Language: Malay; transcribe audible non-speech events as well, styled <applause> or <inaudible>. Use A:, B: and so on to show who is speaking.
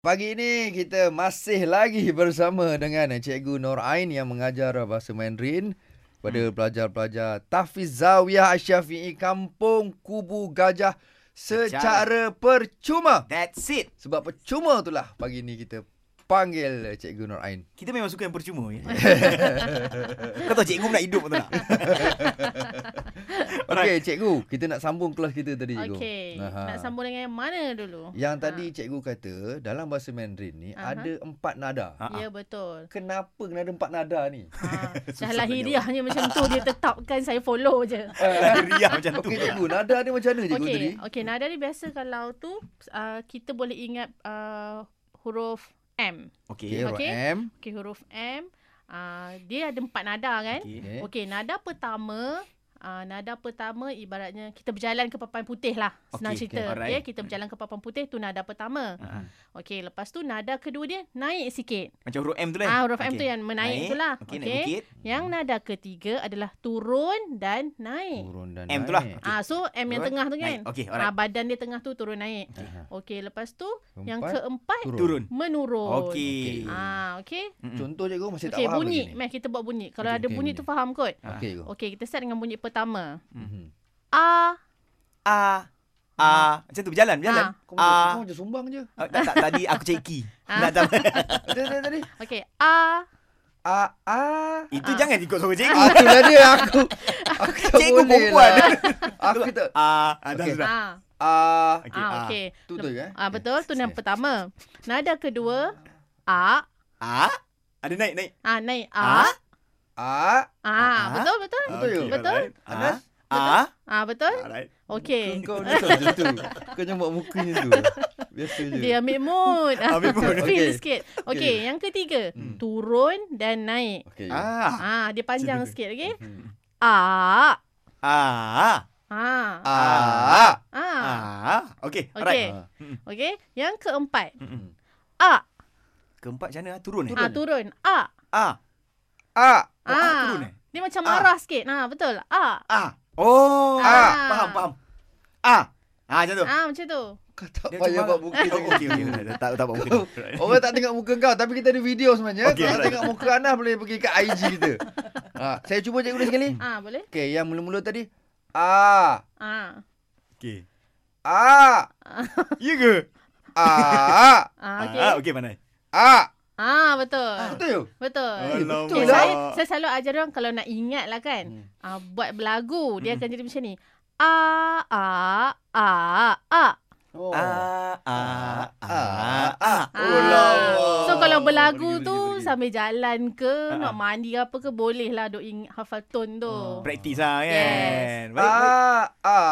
A: Pagi ini kita masih lagi bersama dengan Cikgu Nur Ain yang mengajar bahasa Mandarin pada hmm. pelajar-pelajar Tahfiz Zawiyah Asyafi'i Kampung Kubu Gajah secara percuma.
B: That's it.
A: Sebab percuma itulah pagi ini kita panggil Cikgu Nur Ain.
B: Kita memang suka yang percuma.
C: <laughs>
B: Ya? Kau tahu cikgu nak hidup betul tak?
A: Okey, cikgu, kita nak sambung kelas kita tadi cikgu.
C: Okey.
A: Aha.
C: Nak sambung dengan yang mana dulu?
A: Yang tadi cikgu kata dalam bahasa Mandarin ni
C: Aha.
A: ada empat nada.
B: Ha.
C: Ha. Ya
B: <laughs>
C: betul.
A: Kenapa kena ada empat nada
C: <laughs>
A: ni?
C: Ha.
B: Susah
C: Dah
B: tanya
C: lahiriahnya macam tu dia tetapkan saya follow je.
B: Riah macam tu.
A: Okey cikgu, nada dia macam mana cikgu tadi?
C: Okey, okey nada ni biasa kalau tu uh, kita boleh ingat uh, huruf M.
B: Okey.
A: Okey,
C: Okey.
A: M.
C: Okey huruf M uh, dia ada empat nada kan?
B: Okey.
A: Okey.
C: Okey, okay, nada pertama Uh, nada pertama ibaratnya kita berjalan ke papan putih lah. Senang
B: Okey, okey,
C: okay, cerita. Okay,
B: alright.
C: Kita berjalan ke papan putih tu nada pertama.
B: Ha.
C: Okey, lepas tu nada kedua dia naik sikit.
B: Macam huruf M tu lah.
C: Ah, huruf M
B: Okey.
C: tu yang menaik tu lah.
B: Okey, naik bukit.
C: Yang nada ketiga adalah turun dan naik.
A: Turun dan
B: M
A: naik.
B: tu lah.
C: Ah, so M yang
B: Turun,
C: tengah tu kan.
B: Naik. Okey,
C: Ah,
B: alright.
C: badan dia tengah tu turun naik.
A: Aha.
C: Okey, lepas tu
A: Keempat,
C: yang
A: eh,
C: keempat
B: Turun.
C: menurun.
B: Okey.
C: Ah, okey.
B: Mm-mm.
A: Contoh cikgu masih tak
C: Okey,
A: faham
C: bunyi.
A: lagi ni.
C: Meh kita buat bunyi. Kalau
A: Okey,
C: ada
A: okey,
C: bunyi
A: bunyi.
C: tu faham kot.
A: Okey cikgu.
C: Okey, kita start dengan bunyi pertama.
A: Mhm.
C: A.
B: A. A. Macam tu berjalan, berjalan.
C: Ah.
A: Kau macam,
B: A.
A: kau macam sumbang je.
B: Ah, tak, tak, tadi aku ceki.
C: <laughs> Ah.
B: Nak tak-
A: Tadi tadi tadi.
C: Okey, A.
A: A <laughs> a.
B: Itu
C: Ah.
B: jangan ikut suara cikgu.
A: Aku lah dia aku. Aku tak
B: Cikgu
A: boleh
B: perempuan.
A: lah. <laughs> Aku tak.
B: Ah, ah, dah
A: Okey.
B: sudah.
C: Ah.
A: A.
B: Okey.
C: Ah,
B: Ah.
C: okey.
A: Tu tu eh.
C: Ah, betul. Tu yang
A: Okey.
C: pertama. Nada kedua A.
B: A. Ada naik, naik.
C: Ah, naik
B: Ah.
C: A.
A: A.
C: Ah,
B: Ah.
C: betul betul.
A: Betul
B: Okey,
A: you?
C: Betul?
B: alright. Ah.
A: Anas?
B: Ah.
C: Ah, betul.
B: Alright.
C: Okey.
A: Kau ni tahu macam tu. Kau jangan buat mukanya tu. Biasa je.
C: Dia ambil mood.
B: Ambil
C: <laughs>
B: mood.
C: Feel
A: Okey.
C: sikit. Okey,
A: Okey.
C: yang ketiga.
B: Hmm.
C: Turun dan naik.
A: Okey. you.
B: Ah.
C: Ah, dia panjang
B: Macam tu.
C: sikit, okey?
A: Hmm.
C: Ah.
B: Ah.
C: Ah.
A: A.
C: Ah.
B: Ah. Okey, alright.
C: Okey.
A: Hmm.
C: Okey, yang keempat.
B: Mm-mm.
C: A.
B: Keempat macam mana? Ah, Turun eh?
C: Ah, turun. A.
B: Ah.
A: A.
B: Oh, ah, turun eh?
C: Dia macam
B: Ah.
C: marah sikit. Ha, betul. A.
B: Ah. Oh.
C: Ah.
B: Ah. Faham, faham. Ah. Ah, macam tu.
C: Ah, macam tu.
A: Kau tak
B: Dia
A: payah
B: macam
A: buat
B: marah.
A: muka
B: Oh,
A: macam
B: okey, okey.
A: tu.
B: Tak tak buat muka.
A: Kau- Orang tak tengok muka kau Tapi kita ada video sebenarnya
B: Okey,
A: okay, Kalau
B: alright.
A: tengok muka Anas Boleh pergi ke IG kita ha, Saya cuba cikgu dia sekali
C: Ah, boleh?
A: Okay yang mula-mula tadi A
C: Ah.
B: Okey.
A: A
B: Ya ke?
A: A
C: Ah, okey.
B: Ah, okey pandai.
A: A
C: Ah, betul.
A: Betul you?
C: Betul.
A: Eh, betul
B: Alamak.
C: Okay,
A: lah.
C: saya, saya selalu ajar orang kalau nak ingat lah kan.
A: Hmm.
C: Hmm. Uh, buat berlagu.
B: Mm-mm.
C: Dia akan jadi macam ni. A, A, A, A.
A: Oh.
B: Ah, ah, ah, ah.
C: Ah.
A: Oh, lawak.
C: So kalau berlagu
A: Pergi,
C: tu
A: pergi, pergi.
C: sambil jalan ke,
B: Ah,
C: nak
B: ah.
C: mandi apa ke boleh lah duk ing- hafal tone tu.
A: Ah.
B: Praktis lah kan.
C: Yes.
B: Baik, baik.
A: A A
B: Ah.
C: Ha?